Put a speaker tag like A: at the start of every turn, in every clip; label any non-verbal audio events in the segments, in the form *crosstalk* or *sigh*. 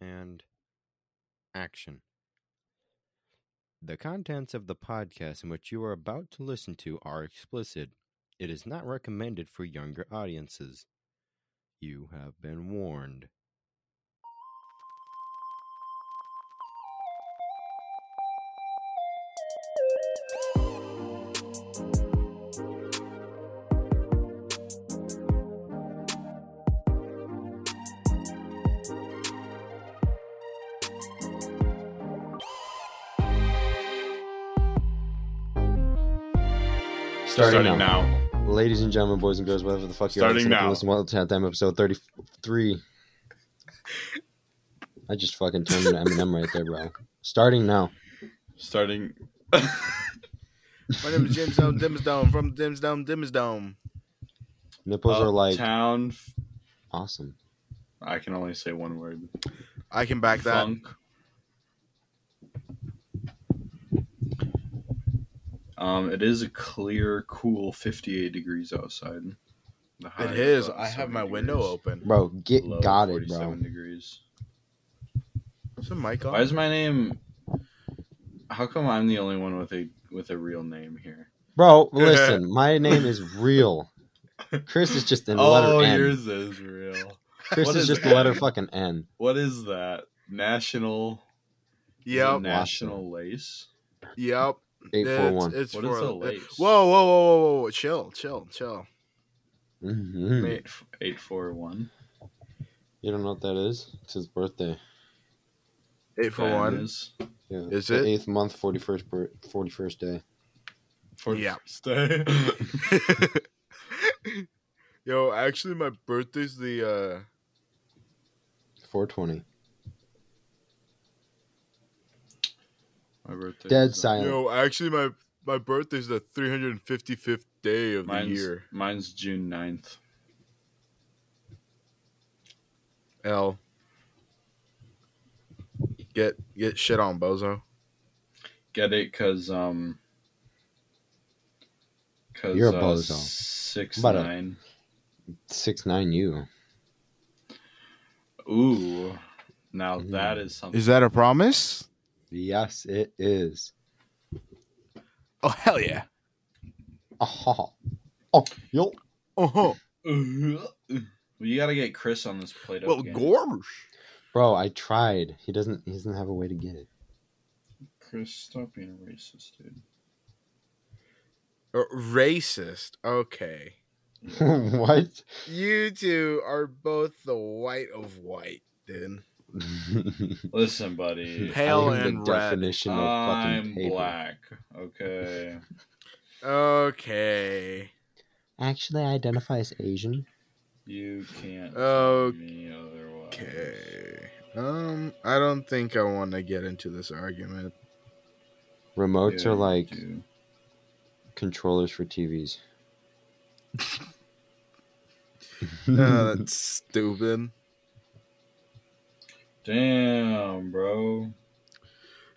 A: and action. The contents of the podcast in which you are about to listen to are explicit. It is not recommended for younger audiences. You have been warned.
B: Starting, now.
A: Ladies and gentlemen, boys and girls, whatever the fuck you're
B: Starting
A: listening to,
B: now.
A: listen one at time, episode 33. I just fucking turned into Eminem right there, bro. Starting now.
B: Starting.
C: My name is James Dome Dimsdome from Dimsdome Dimsdome.
A: Nipples are like
B: town.
A: awesome.
B: I can only say one word.
C: I can back that.
B: Funk. Um, it is a clear, cool 58 degrees outside. The high
C: It is.
B: about
C: I have
B: 70
C: my window
B: degrees,
C: open.
A: Bro, get
B: low
A: got it,
B: 47
A: bro.
B: Degrees.
C: Is the mic
B: Why
C: on?
B: is my name? How come I'm the only one with a with a real name here? *laughs*
A: Bro, listen, my name is real. Chris is just the
B: *laughs* oh,
A: letter N.
B: yours is real.
A: Chris
B: what
A: is
B: is
A: just the
B: N?
A: letter fucking N.
B: What is that? National. is it
C: Yep.
B: National lace.
C: Yep.
A: Eight four
C: It's,
A: one.
C: it's
B: What
C: for
B: is a lace?
C: Whoa, whoa, whoa, whoa, whoa, whoa. Chill, chill, chill.
A: Mhm.
B: Eight eight four one.
A: You don't know what that is? It's his birthday.
C: Eight for
B: That
C: one.
B: is
A: Yeah,
C: Is
A: the
C: it?
A: eighth month, forty first birth, forty first day.
B: for *laughs*
C: Yeah.
B: stay.
C: *laughs* Yo, actually, my birthday's the. uh
A: Four twenty.
B: My birthday.
A: Dead
B: is- uh,
A: silent.
C: Yo, actually, my my birthday's the 355th day of the
B: Mine's,
C: year.
B: mine's June 9th.
C: L. Get get shit on, bozo.
B: Get it? Cause um. Cause
A: You're a
B: uh,
A: bozo.
B: Six
A: But, uh,
B: nine.
A: Six nine you.
B: Ooh. Now
A: Mm.
B: that is something.
C: Is that a promise?
A: Yes, it is.
C: Oh hell yeah.
A: Oh, ho, ho. oh yo.
C: Oh. huh.
B: *laughs* you gotta get Chris on this plate.
C: Well,
B: game.
C: gorsh.
A: Bro, I tried. He doesn't he doesn't have a way to get it. *laughs*
B: Chris, stop being a racist, dude.
C: Uh, racist. Okay.
A: what?
C: You two are both the white of white, dude.
A: *laughs*
B: Listen, buddy.
C: Pale
A: I am
C: and
A: the
C: red.
A: definition of fucking
B: I'm
A: paper.
B: black. Okay.
C: Okay.
A: Actually I identify as Asian.
B: You can't. tell me otherwise.
C: Okay. Um, I don't think I want to get into
A: *laughs*
C: this argument.
A: Remotes
B: Yeah,
A: are like
B: you
A: controllers for
B: *laughs*
A: TVs.
C: Uh, that's
B: do.
C: stupid.
B: Damn, bro.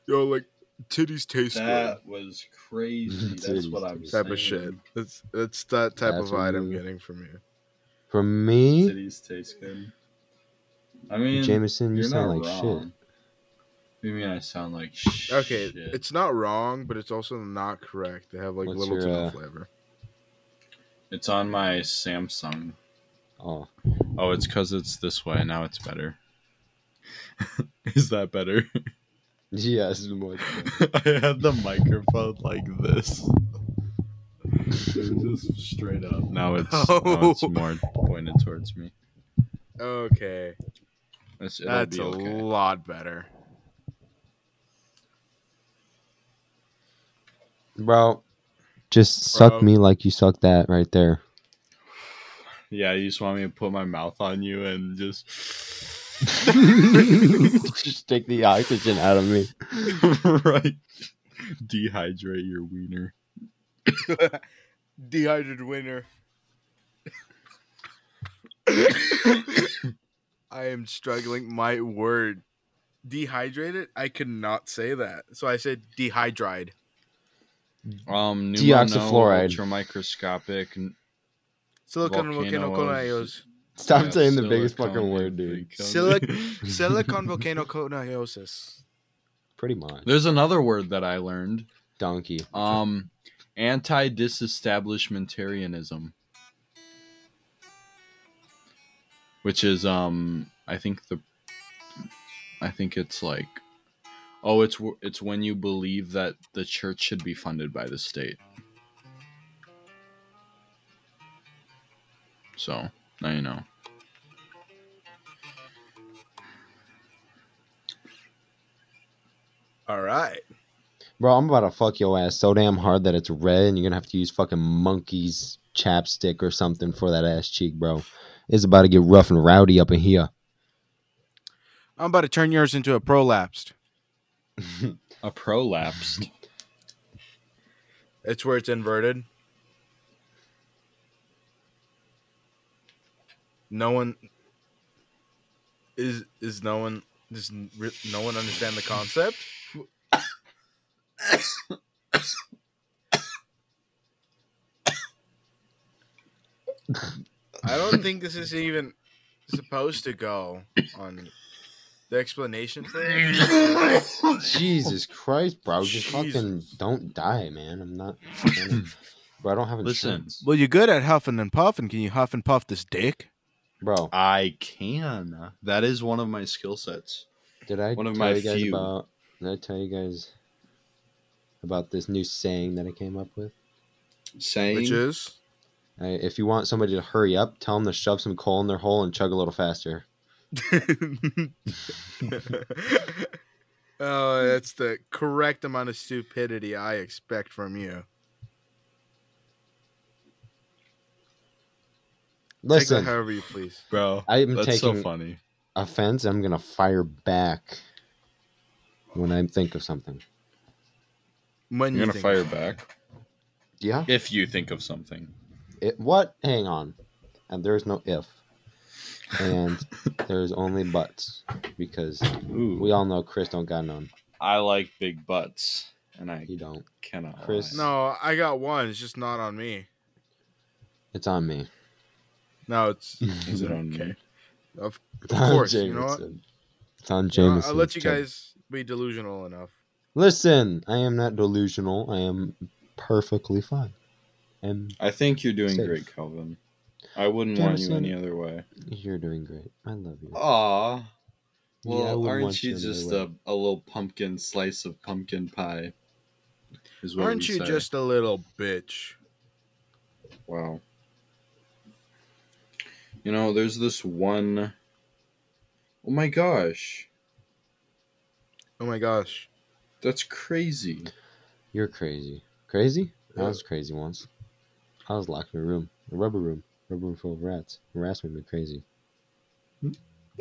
C: Yo, like titties taste
B: That was
A: *laughs*
B: crazy. That's what
A: Titties
B: I'm
C: good. Type
B: saying.
C: of shit. That's that's that type
A: That's
C: of
A: what
C: vibe I'm
A: you-
C: getting from you.
A: *laughs* For me,
B: Titties taste good. I mean,
A: Jameson, you
B: you're not
A: sound like
B: wrong.
A: shit.
B: You mean I sound like shit?
C: Okay, it's not wrong, but it's also not correct. They have like
A: What's
C: little to
A: your,
C: no
A: uh,
C: flavor.
B: It's on my Samsung.
A: Oh, *laughs*
B: Oh, it's because it's this way. Now it's better. *laughs* Is that better? *laughs*
A: yes, much better.
B: I had the microphone like this. Just straight up. Now
C: *laughs*
B: it's, now it's more pointed towards me.
C: Okay,
B: It's, it'll
C: that's
B: be
C: a
B: okay.
C: lot better.
A: bro. Just
C: Bro.
A: suck me like you suck that right there.
B: yeah, you just want me to put my mouth on you and *laughs* just.
A: *laughs* just take the oxygen out of me.
B: right. Dehydrate your wiener.
C: Dehydrated winner. I am struggling. My word. Dehydrated? I could not say that. So I said dehydrate.
B: Um,
A: Deoxyfluoride.
B: Ultramicroscopic.
C: Silicon
B: Volcano
C: volcano, volcano
B: is-
C: conejos.
A: Stop
B: Yeah,
A: saying the biggest
B: silicon
A: fucking word, dude.
B: volcano-
A: Silic-
C: Silicon volcanoconiosis.
A: Pretty much.
B: There's another word that I learned.
A: Donkey.
B: Um, anti-disestablishmentarianism, which is um, I think the, I think it's like, oh, it's wh- it's when you believe that the church should be funded by the state. So now you know.
C: All right.
A: Bro, I'm about to fuck your ass so damn hard that it's red and you're gonna have to use fucking monkey's chapstick or something for that ass cheek, bro. It's about to get rough and rowdy up in here.
C: I'm about to turn yours into a prolapsed.
B: A prolapsed.
C: It's where it's inverted. No one is is no one does n- re- no one understand the concept. I don't think this is even supposed to go on the explanation for it.
A: Jesus Christ, bro. Just fucking
C: Jesus.
A: don't die, man. I'm
B: *clears throat*
A: not Bro, I don't have
B: Listen.
A: insurance.
C: Well, you're good at huffing and puffing. Can you huff and puff this dick?
A: Bro,
B: I can. That is one of my skill sets.
A: did I
B: One of
A: tell
B: my
A: you guys
B: few.
A: about did I tell you guys about this new saying that I came up with?
B: Saying
C: Which is
A: I, if you want somebody to hurry up, tell them to shove some coal in their hole and chug a little faster.
C: *laughs* oh, that's the correct amount of stupidity I expect from you. Take
A: Listen,
C: that however you please.
B: bro.
A: I am
B: That's
A: taking
B: so funny.
A: offense, I'm gonna fire back when I think of something.
C: When
B: You're
C: you
B: gonna
C: think-
B: fire back
A: Yeah.
B: if you think of something.
A: It, what? Hang on. And there's no if. And there's only buts because
B: Ooh,
A: we all know Chris don't got none.
B: I like big butts, and I
A: He don't.
B: cannot.
A: Chris-
B: lie.
C: No, I got one. It's just not on me.
A: It's on me. *laughs*
C: No, it's
B: is it on me?
C: of
A: It's on
C: course, you know what?
A: Jameson. It's on
C: you know,
A: Jameson.
C: I'll let you
A: Check.
C: guys be delusional enough.
A: Listen, I am not delusional. I am perfectly fine. And
B: I think you're doing
A: Safe.
B: great, Calvin. I wouldn't
A: Jameson.
B: want you any other way.
A: you're doing great. I love you.
B: Aw.
A: Yeah, I
B: Oh, Well,
A: wouldn't
B: aren't
A: want
B: you
A: any other
B: just uh,
A: way.
B: a, a little pumpkin slice of pumpkin pie? Is what
C: Aren't
B: we
C: you
B: say.
C: just a little bitch?
B: Wow. You know, there's this one Oh my gosh.
C: Oh my gosh.
B: That's crazy.
A: You're crazy. Crazy? I
C: Yeah.
A: was crazy once. I was locked in a room, a rubber room, rubber room full of rats. The rats made me
B: *laughs*
A: crazy.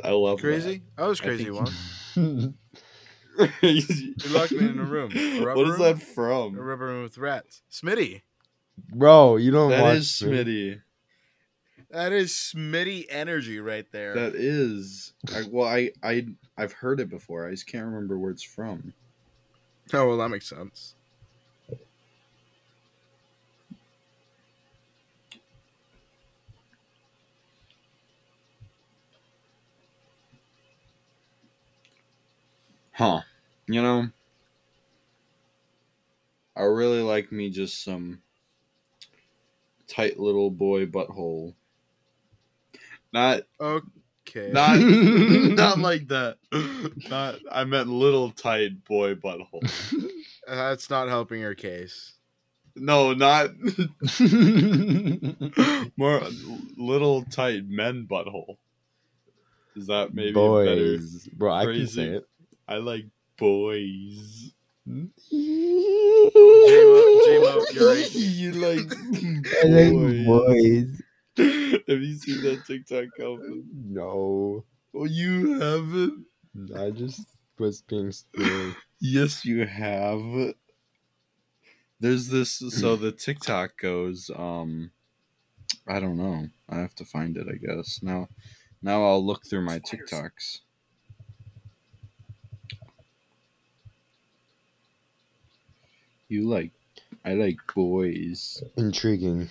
B: I love that.
C: Crazy? I was
B: I
C: crazy
B: think-
C: once.
A: I
B: *laughs* crazy.
C: You locked me in a room.
B: *laughs*
C: A rubber
B: what is
C: room?
B: that
C: A
B: from?
C: rubber room with rats. Smitty.
A: Bro, you don't
B: That
A: watch
B: is
A: *laughs*
B: Smitty.
C: That is Smitty energy right there.
B: That is. I, well, I, I, I've heard it before. I just can't remember where it's from.
C: Oh well, that makes sense.
B: Huh. You know, I really like me just some tight little boy butthole. Not, *laughs*
C: Okay.
B: not, not like that. Not. I meant little tight boy butthole.
C: Uh, that's not helping your case.
B: No, not
A: Smitty.
B: more little tight men butthole. Is that maybe better?
A: Boys. Bro, I can say
B: phrasing. Hmm?
A: it.
B: I like boys.
A: *laughs*
C: J-Lo, you're
A: *laughs*
C: right.
B: you like
A: I like
B: boys.
A: boys.
B: Have you seen that TikTok Calvin?
A: No.
B: Oh, you haven't.
A: I just was being silly.
B: Yes, you have. There's this. So the TikTok goes. Um, I don't know. I have to find it. I guess now. Now I'll look through my TikToks. You like, I like boys.
A: Intriguing.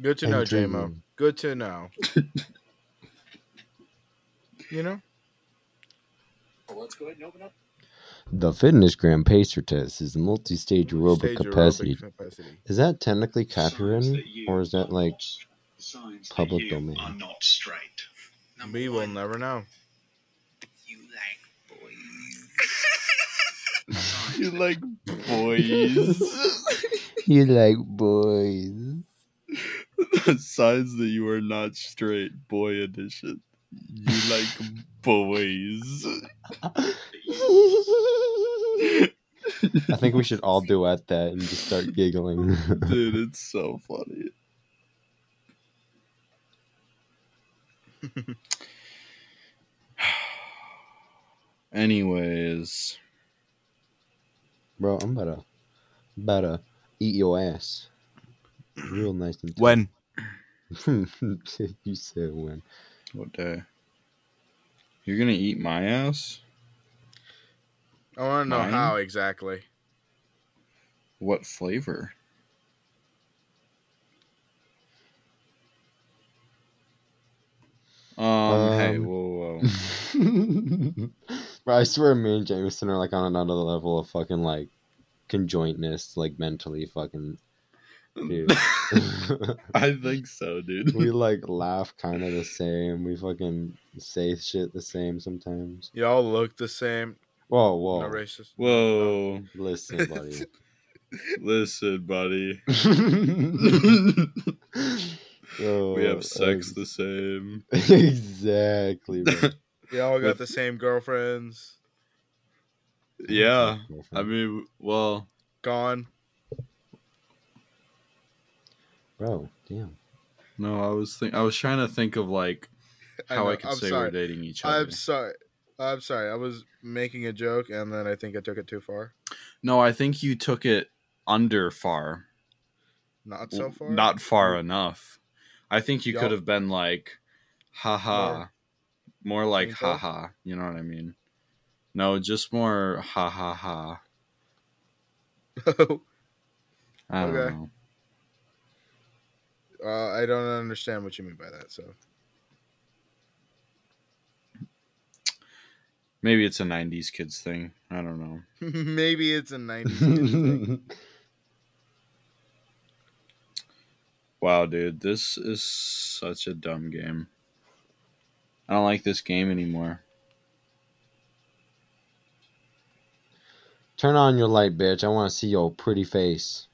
C: Good to know, J
A: Intriguing.
C: Mo. Good
B: *laughs*
C: to know. you know?
D: Let's go ahead and open up.
A: The Fitness Gram Pacer Test is a multi stage aerobic
C: Stage aerobic
A: capacity.
C: capacity.
A: Is that technically copyrighted,
D: Signs that you
A: or is that
D: are
A: like
D: not- signs that
A: public
D: you
A: domain?
D: Are not straight. Number
C: We will
D: one,
C: never know.
D: You like boys. Signs
B: You
D: that
B: like boys.
A: *laughs*
B: *laughs*
A: you like boys?
B: Signs that you are not straight, boy edition. You like boys.
A: *laughs* I think we should all duet that and just start giggling. *laughs*
B: Dude, it's so funny. *sighs* Anyways,
A: Bro, I'm about to, about to eat your ass. Real nice and
C: When?
A: *laughs* you said when. *laughs*
B: what day? You're gonna eat my ass?
C: I want to know
B: Mine?
C: how exactly.
B: What flavor? Um, hey,
A: Um,
B: whoa, whoa.
A: Bro, I swear me and Jameson are like on another level of fucking like conjointness, like mentally fucking *laughs* dude.
B: *laughs* I think so,
A: *laughs*
B: dude. *laughs*
A: we like laugh kind of the same. We fucking say shit the same sometimes.
C: Y'all look the same.
A: Whoa, whoa.
B: Oh.
C: Not racist.
B: Whoa, *laughs*
A: Listen, buddy.
B: listen, buddy.
A: *laughs* Yo,
B: we have sex
A: ex-
B: the same.
A: *laughs* exactly. Bro.
C: Y'all got
B: With-
C: the same girlfriends.
B: *laughs* Yeah, I mean, well,
C: Gone.
A: bro, damn.
B: no, I was think I was trying to think of like how
C: know,
B: I, could
C: I'm
B: say
C: sorry.
B: we're dating each other.
C: I'm sorry. I'm sorry. I was making a joke and then I think I took it too far.
B: No, I think you took it under far.
C: Not so far. *laughs* Mm-hmm.
B: Not far enough. I think you
C: Yup.
B: could have been like, haha.
C: More.
B: More like
C: Think so?
B: haha. You know what I mean? No, just more ha ha ha.
C: uh,
B: I don't
C: Okay.
B: know.
C: Uh, I don't understand what you mean by that. So *laughs*
B: Maybe it's a 90s kids thing. I don't know.
C: maybe it's a 90s.
B: *laughs*
C: kid thing.
A: Bro,
B: Wow, dude. This is such a dumb game. I don't like this game anymore.
A: *laughs* Turn on your light, bitch. I want to see your pretty face.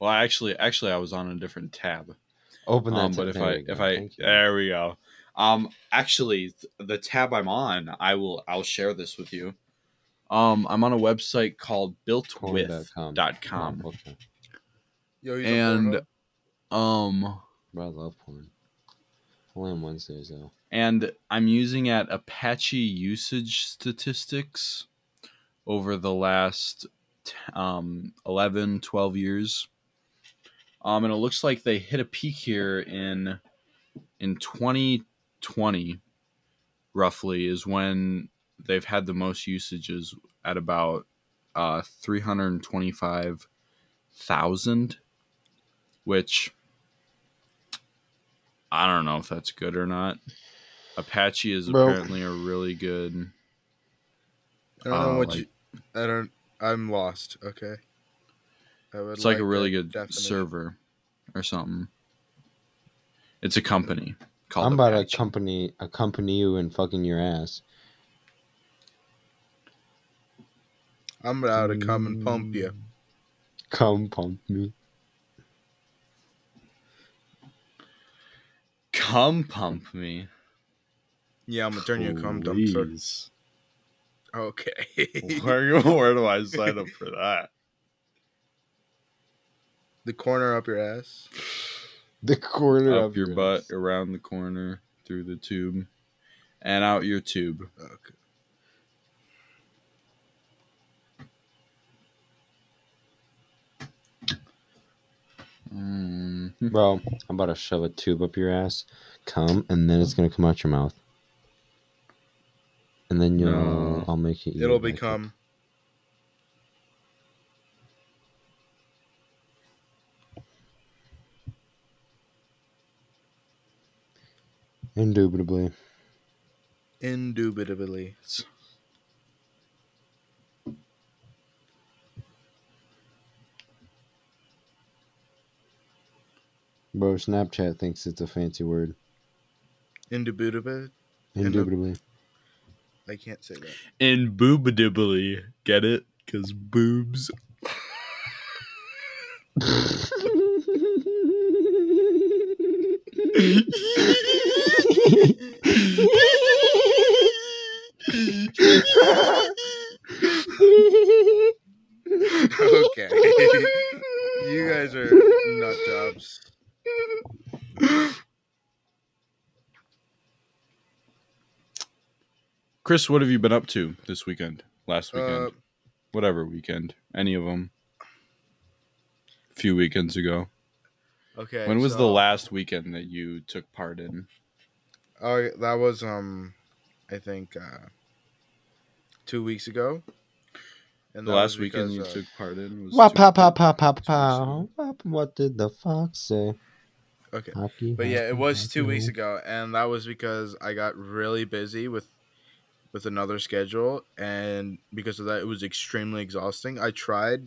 B: Well, I actually, actually, I was on a different tab.
A: Open that.
B: Um,
A: tab.
B: but if
A: There
B: I,
A: we go.
B: if I,
A: Thank you.
B: there we go. Um, actually, th- the tab I'm on, I will, I'll share this with you. Um, I'm on a website called
A: Porn.com.
B: builtwith.com.
A: Oh, okay.
C: Yo, he's
B: And-
C: and
B: Um,
A: Bro, I love porn. Only on Wednesdays though.
B: and I'm using at Apache usage statistics over the last t- um, 11, 12 years. Um, and it looks like they hit a peak here in in 2020, roughly, is when they've had the most usages at about uh, 325,000, which I don't know if that's good or not. Apache is
A: Bro.
B: apparently a really good.
C: I don't know
B: uh,
C: what
B: like-
C: you. I don't. I'm lost. Okay. I would
B: It's like, a really
C: the
B: good
C: definition.
B: server or something. It's a company called
A: I'm about
B: Apache.
A: *laughs* to accompany accompany you and fucking your ass.
C: I'm about to come and pump
A: Mm.
C: you.
A: Come pump me.
B: Come pump me.
C: Yeah, I'm gonna turn you a cum dumpster.
B: Please.
C: Okay.
B: Where, where do I sign up
A: *laughs*
B: for that?
C: *laughs* the corner up your ass.
A: The corner
B: Up
A: of
B: your
A: ass.
B: butt, around the corner, through the tube, and out your tube.
C: Okay.
B: Mm.
A: Bro, I'm about to shove a tube up your ass. Come, and then it's gonna come out your mouth. And then you'll
B: No.
A: I'll make it.
C: It'll become.
A: Indubitably.
C: Indubitably.
A: Bro, Snapchat thinks it's a fancy word.
C: Indubitably.
A: Indubitably.
C: I can't say that.
B: And boobadibly. Get it? Because boobs.
C: Okay. *laughs* you guys are nut jobs.
B: Chris, what have you been up to this weekend? Last weekend?
C: Uh,
B: Whatever weekend. Any of them. A few weekends ago.
C: Uh, okay.
B: when was
C: so-
B: the last weekend that you took part in?
C: Oh, that was um, I think uh, two weeks ago. And
B: The
C: that
B: last
C: was because,
B: weekend you
C: uh,
B: took part in was.
A: Wah,
B: two-
A: pow, pow, pow, pow, pow. Wah, What did the fox say?
C: Okay.
A: Hockey,
C: But yeah,
A: hockey,
C: it was two
A: hockey.
C: weeks ago, and that was because I got really busy with with another schedule, and because of that, it was extremely exhausting. I tried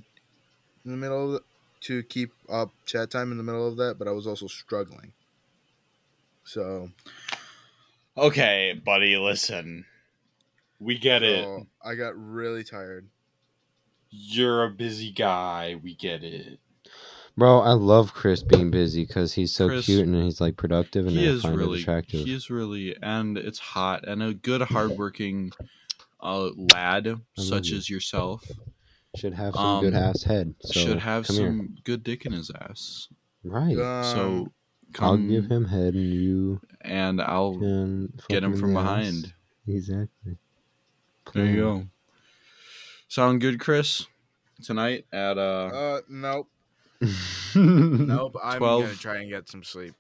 C: in the middle of the, to keep up chat time in the middle of that, but I was also struggling. So,
B: Okay, buddy, listen. We get it.
C: so I got really tired.
B: You're a busy guy. We get it.
A: Bro, I love Chris being busy because he's so
B: Chris-
A: cute and he's like productive and
B: he
A: I
B: is
A: find
B: really
A: it attractive.
B: he is really and it's hot and a good hardworking uh, lad such
A: you.
B: as yourself
A: Should have some good
B: um,
A: ass head. So
B: should have
A: come
B: some
A: Here.
B: good dick in his ass
A: Right.
C: Um,
B: so come
A: I'll give him head and you
B: and i'll
A: can fuck
B: get him
A: in
B: from
A: the ass.
B: behind
A: Exactly.
B: there you
A: Plan.
B: go sound good chris tonight at uh
C: uh, nope,
A: *laughs*
C: nope. I'm gonna
B: 12.
C: try and get some *laughs* sleep.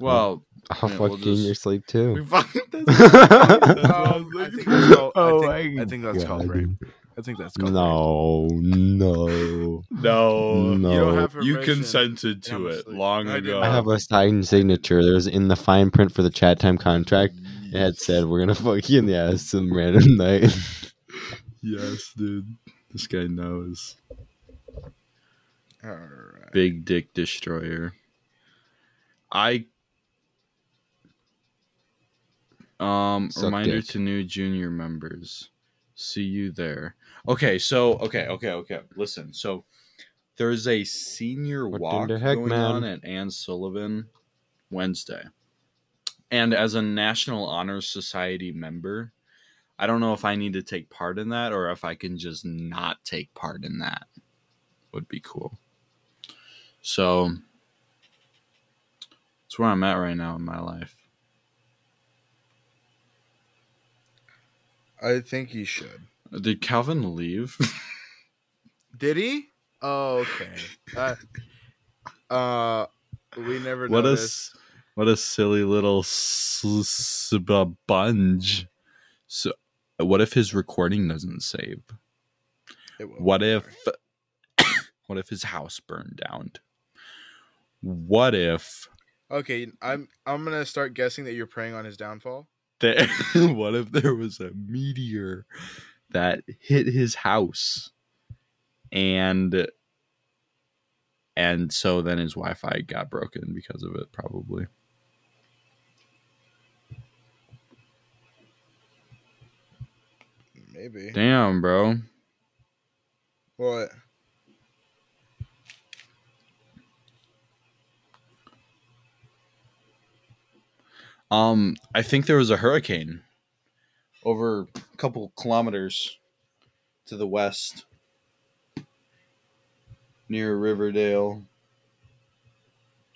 B: well
A: I'll
B: Yeah,
A: fuck
B: we'll
A: you in your
B: just-
A: sleep too. *laughs*
C: Um, I *laughs* think *laughs* that's called,
B: Oh
C: I think, I think that's called rape. I think that's called rape.
A: No, no.
B: no
A: No.
C: You don't have
B: you
C: permission.
B: consented to
C: I'm
B: it
C: asleep.
B: long
C: I did
B: ago
A: I have a signed signature. There was in the fine print for the chat time contract. It had said, "We're gonna fuck you in the ass some random *laughs* night."
B: yes dude this guy knows
C: All right.
B: Big Dick Destroyer. I um
A: Suck
B: reminder
A: dick.
B: to new junior members. See you there. Okay, so okay, okay, okay. Listen, so there's a senior
A: What
B: walk
A: in the heck,
B: going
A: man?
B: on at Ann Sullivan Wednesday. And as a National Honor Society member, I don't know if I need to take part in that or if I can just not take part in that. Would be cool. So it's where I'm at right now in my life.
C: I think you should.
B: Did Calvin leave?
C: Did he? Oh, okay. Uh, uh, we never
B: what a
C: noticed.
B: s- what a silly little s- s- bu- bunge. So what if his recording doesn't save?
C: It will.
B: What if *coughs* what if his house burned down? What if
C: Okay, I'm I'm gonna start guessing that you're preying on his downfall.
B: there *laughs* what if there was a meteor that hit his house and and so then his wi-fi got broken because of it probably
C: Maybe.
B: damn bro
C: What?
B: um i think there was a hurricane over a couple kilometers to the west near riverdale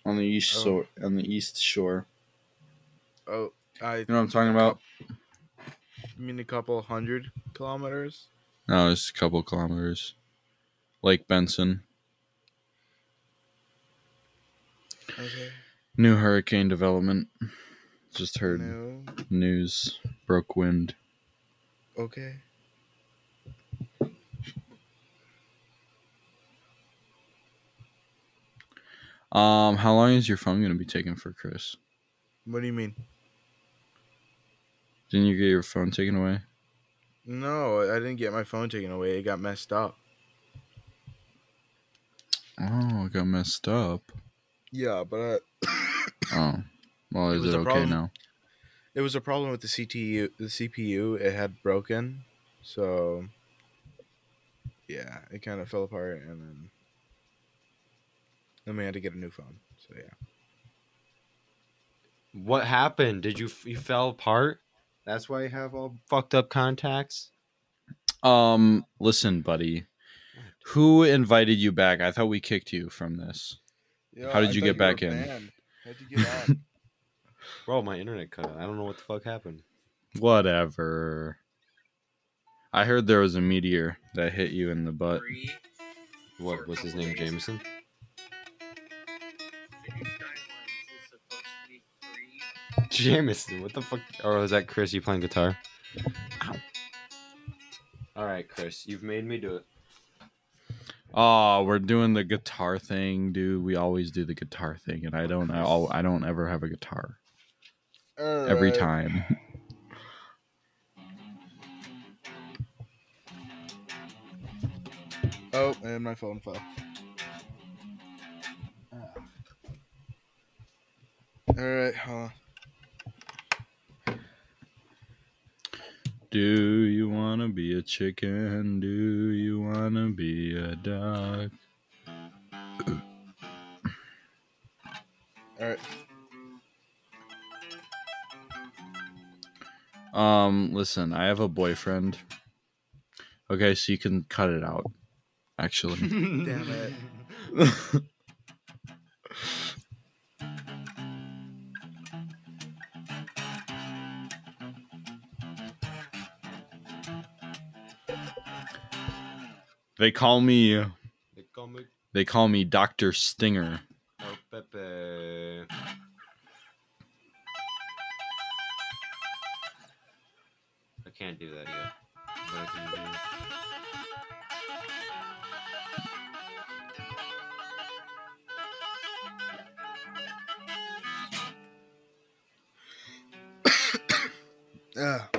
B: on the east
C: Oh.
B: shore on the east shore
C: Oh, I
B: you know what i'm talking about
C: you mean a couple hundred kilometers.
B: No, it's a couple kilometers. Lake Benson.
C: Okay.
B: New hurricane development. Just heard
C: No.
B: news. Broke wind.
C: Okay.
B: Um, how long is your phone gonna be taking for Chris?
C: What do you mean?
B: Didn't you get your phone taken away?
C: No, I didn't get my phone taken away. It got messed up.
B: Oh, it got messed up.
C: Yeah, but I,
B: Oh. Well,
C: It
B: is
C: was
B: it
C: a
B: okay
C: problem.
B: now?
C: it was a problem with the CTU, the CPU. It had broken, so yeah, it kind of fell apart, and then then we had to get a new phone. So yeah,
A: What happened? Did you you fell apart? That's why you have all fucked up contacts.
B: Um, listen, buddy. Who invited you back? I thought we kicked you from this. How did you get back in?
C: How'd you get
B: *laughs*
C: on?
A: Bro, my internet cut out. I don't know what the fuck happened.
B: Whatever. I heard there was a meteor that hit you in the butt.
D: Three.
A: What was his name? Jameson.
D: The new guidelines is supposed to be three.
A: Jameson. What the fuck? Or was that Chris? You playing guitar? All right, Chris. You've made me do it.
B: Oh, we're doing the guitar thing, dude. We always do the guitar thing, and I don't. I, al- I don't ever have a guitar every
C: Alright. *laughs*
B: time.
C: Oh, and my phone fell. Ah. All right, hold on.
B: Do you wanna be a chicken? Do you wanna be a duck?
C: All right.
B: Um, listen, I have a boyfriend. Okay, so you can cut it out. Actually, *laughs*
A: Damn
C: Damn it.
B: they call me they call me Doctor Stinger.
A: I can't do that yet. But I can do it.
C: Ah.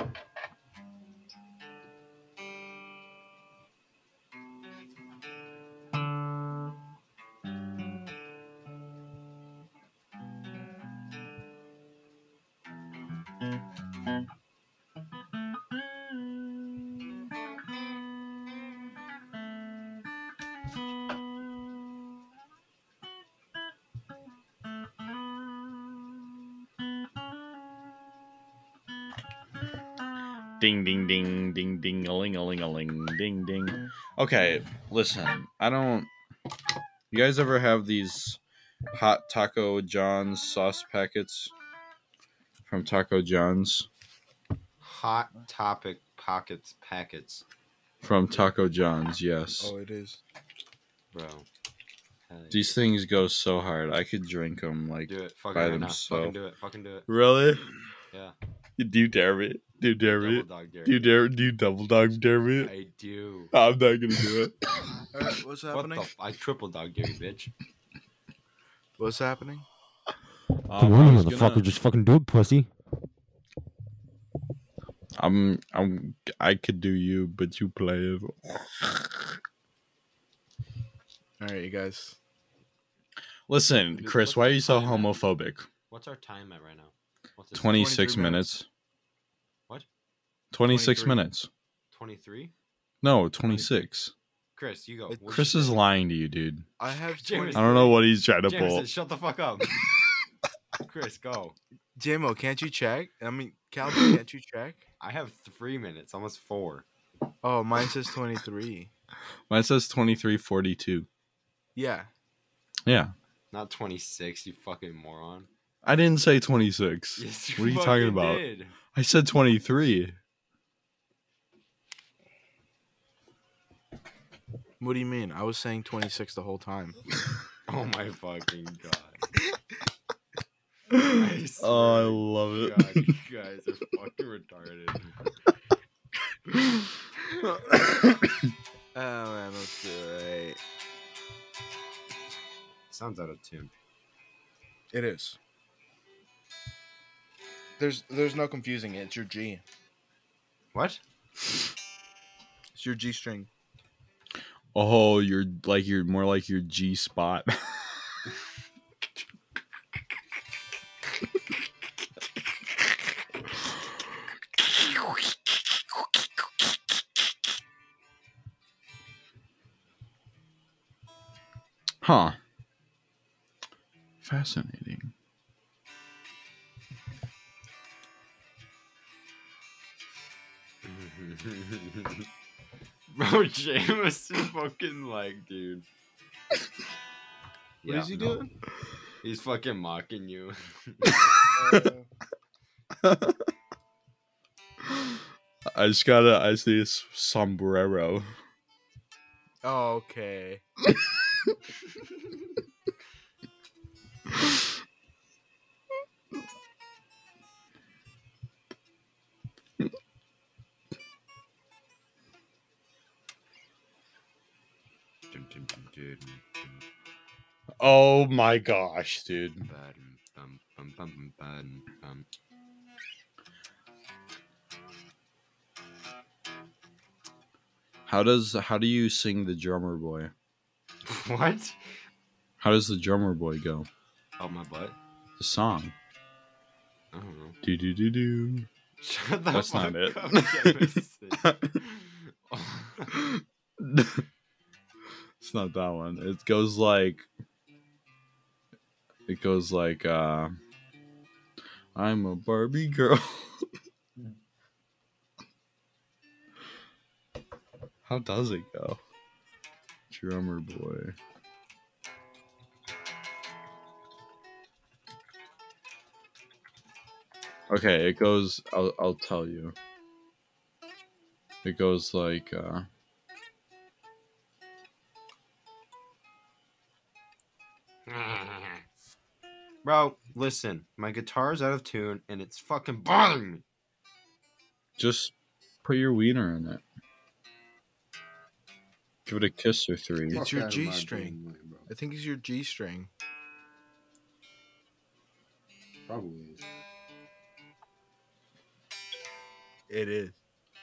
B: Ding ding ding ding ding a ling a ling a ling ding ding. Okay, listen. I don't you guys ever have these hot taco john's sauce packets from Taco John's?
A: Hot topic pockets packets,
B: From Taco John's, yes.
C: Oh, it is.
A: bro. Hell yeah.
B: These things go so hard. I could drink them like
A: do it. Fucking,
B: by
A: right now.
B: themselves.
A: fucking do it. Fucking do it.
B: Really?
A: Yeah.
B: Do you dare it? Do you dare
A: Double dog dare.
B: you dare do you double dog dare it?
A: I do.
B: I'm not gonna do it.
C: All right, what's
A: What the?
C: happening?
A: F- I triple dog dare you, bitch.
C: what's happening?
B: Um, I was gonna-
A: just fucking do it, pussy.
B: I'm I'm I could do you, but you play it.
C: All right, you guys.
B: Listen, Chris, why are you so homophobic?
A: What's our time at right now? What's it?
B: Twenty six
C: 23
B: minutes.
A: What?
B: Twenty six
C: 23.
B: minutes.
A: Twenty-three.
B: No, twenty six.
A: Chris, you go.
C: It-
A: What'd
B: Chris
A: you
B: is
A: say?
B: lying to you, dude.
C: I have
A: James.
C: 20...
B: I don't know what he's trying to
A: Jameson,
B: pull.
A: shut the fuck
B: *laughs*
A: up. Chris, go.
C: JMO, oh, can't you check? I mean, Calvin, can't you check?
A: I have three minutes, almost four.
C: Oh, mine says 23.
B: Mine says twenty three forty two.
C: Yeah.
B: Yeah,
A: Not twenty-six. You fucking moron. *laughs*
B: I didn't say twenty six.
A: Yes,
B: What are you talking
A: fucking
B: about?
A: did.
B: I said twenty three.
C: What do you mean? I was saying 26 the whole time.
A: Oh my fucking
B: *laughs*
A: god.
B: Oh,
A: swear
B: I
A: to
B: love it.
A: God, you guys are fucking retarded.
C: Oh, man, that's great.
A: Sounds out of tune.
C: It is. There's there's no confusing it. It's your G.
A: What?
C: It's your G string.
B: Oh, you're like you're more like your G spot. *laughs* huh. Fascinating. *gasps*
A: *laughs* Bro, Jameis is fucking like, dude.
C: What is he
A: no,
C: doing?
A: He's fucking mocking you.
B: I just gotta. I see a s- sombrero.
C: *laughs* oh, okay.
A: Dum, dum, dum, dum, dum,
B: Oh my gosh, dude.
A: ba-dum, bum, bum, bum, bum, ba-dum, bum.
B: How does how do you sing the drummer boy?
A: *laughs* What?
B: How does the drummer boy go?
A: Up my butt?
B: The song.
A: I don't know.
B: Do do do do.
A: Shut the
B: That's
A: fuck
B: not it.
A: up, Jameis.
B: it's not that one. It goes like it goes like uh I'm a Barbie girl. *laughs* How does it go? Drummer boy. Okay, it goes I'll I'll tell you. It goes like uh
A: *laughs* Bro, listen, my guitar's out of tune and it's fucking bothering me.
B: Just put your wiener in it. Give it a kiss or three.
C: It's your G-string. I think it's your G string.
E: Probably is.
C: It is.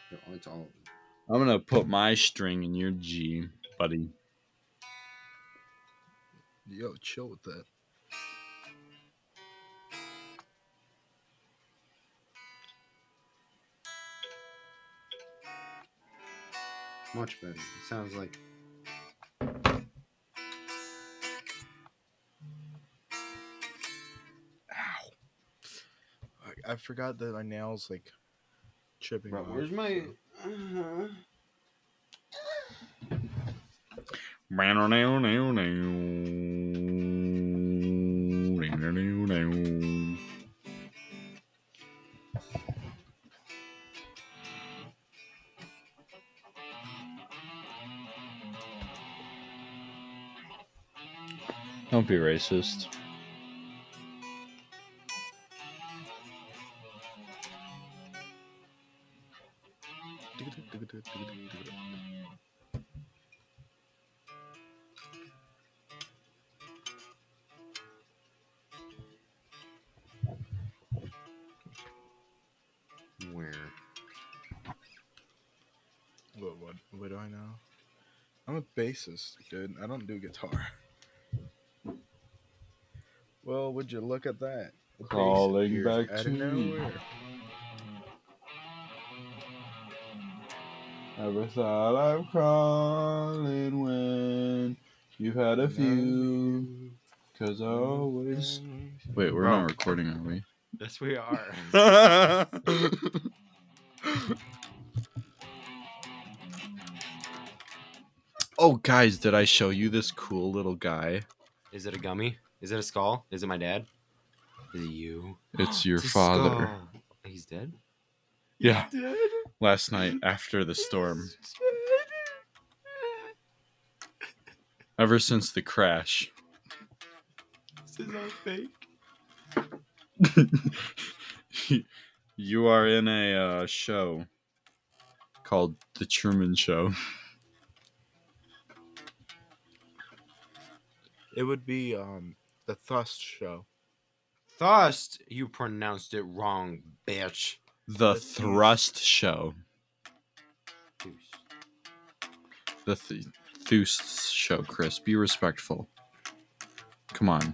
E: They're all- It's all of them.
B: I'm gonna put my string in your G, buddy.
C: Yo, chill with that.
E: Much better. It sounds like
C: I, I forgot that my nails like chipping.
A: Bro,
C: off,
A: where's my. Uh-huh.
C: so-
B: Don't be racist.
A: Where?
C: What, what, what do I know? I'm a bassist, dude. I don't do guitar. Well, would you look at that? The bass
B: Calling
C: appears
B: back
C: out of
B: to you.
C: nowhere.
B: Never thought I'm crawling when you had a few. Cause I always. Wait, we're not recording, are we?
A: Yes, we are.
B: *laughs* All Oh, guys, did I show you this cool little guy?
A: *laughs* Is it a gummy? Is it a skull? Is it my dad? Is it you?
B: *gasps* It's your
A: a
B: father.
A: skull. He's dead?
B: Yeah,
A: Dead?
B: last night after the storm. Ever since the crash.
A: This is all fake.
B: *laughs* you are in a uh, show called The Truman Show.
C: It would be um the Thust show.
E: Thust. You pronounced it wrong, bitch.
B: The Thrust Show.
E: Deuce.
B: The th- Thust Show, Chris. Be respectful. Come on.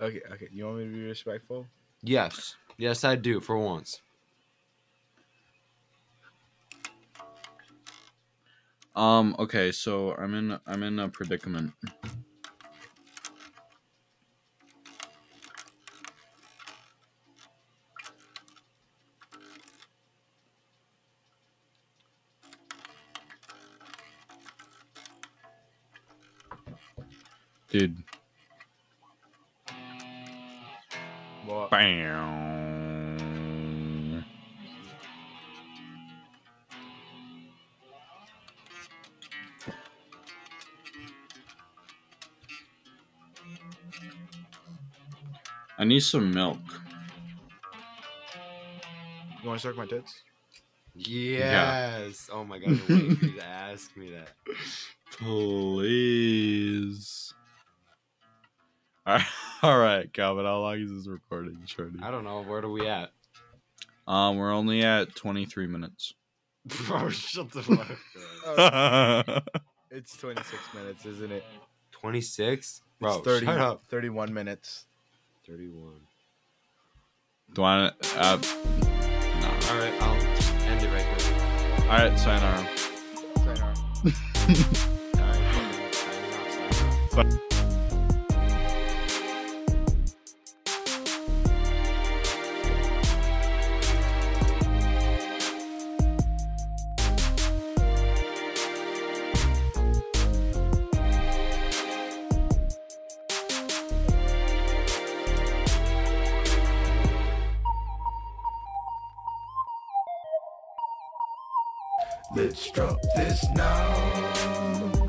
C: Okay, okay. You want me to be respectful?
E: Yes.
A: Yes, I do, for once.
B: Um. Okay. So I'm in. I'm in a predicament. Dude.
C: Well,
B: Bam. I need some milk.
C: you want to suck my tits?
A: Yes. Oh my god, the way for you *laughs* to ask me that.
B: Please. All right, *laughs* all right, Calvin. How long is this recording, Shorty?
A: I don't know. Where are we at?
B: Um, we're only at twenty-three *laughs* minutes.
A: Bro, shut the fuck up.
C: Oh, It's 26 minutes, isn't it?
A: 26? Bro,
C: it's 30,
A: shut up.
C: 31 minutes.
A: 31.
B: Do I? Uh, nah.
A: All right, I'll end it right there.
B: All right, sayonara.
C: Sayonara.
A: All right, fucking signing off, signing off.
F: Let's drop this now.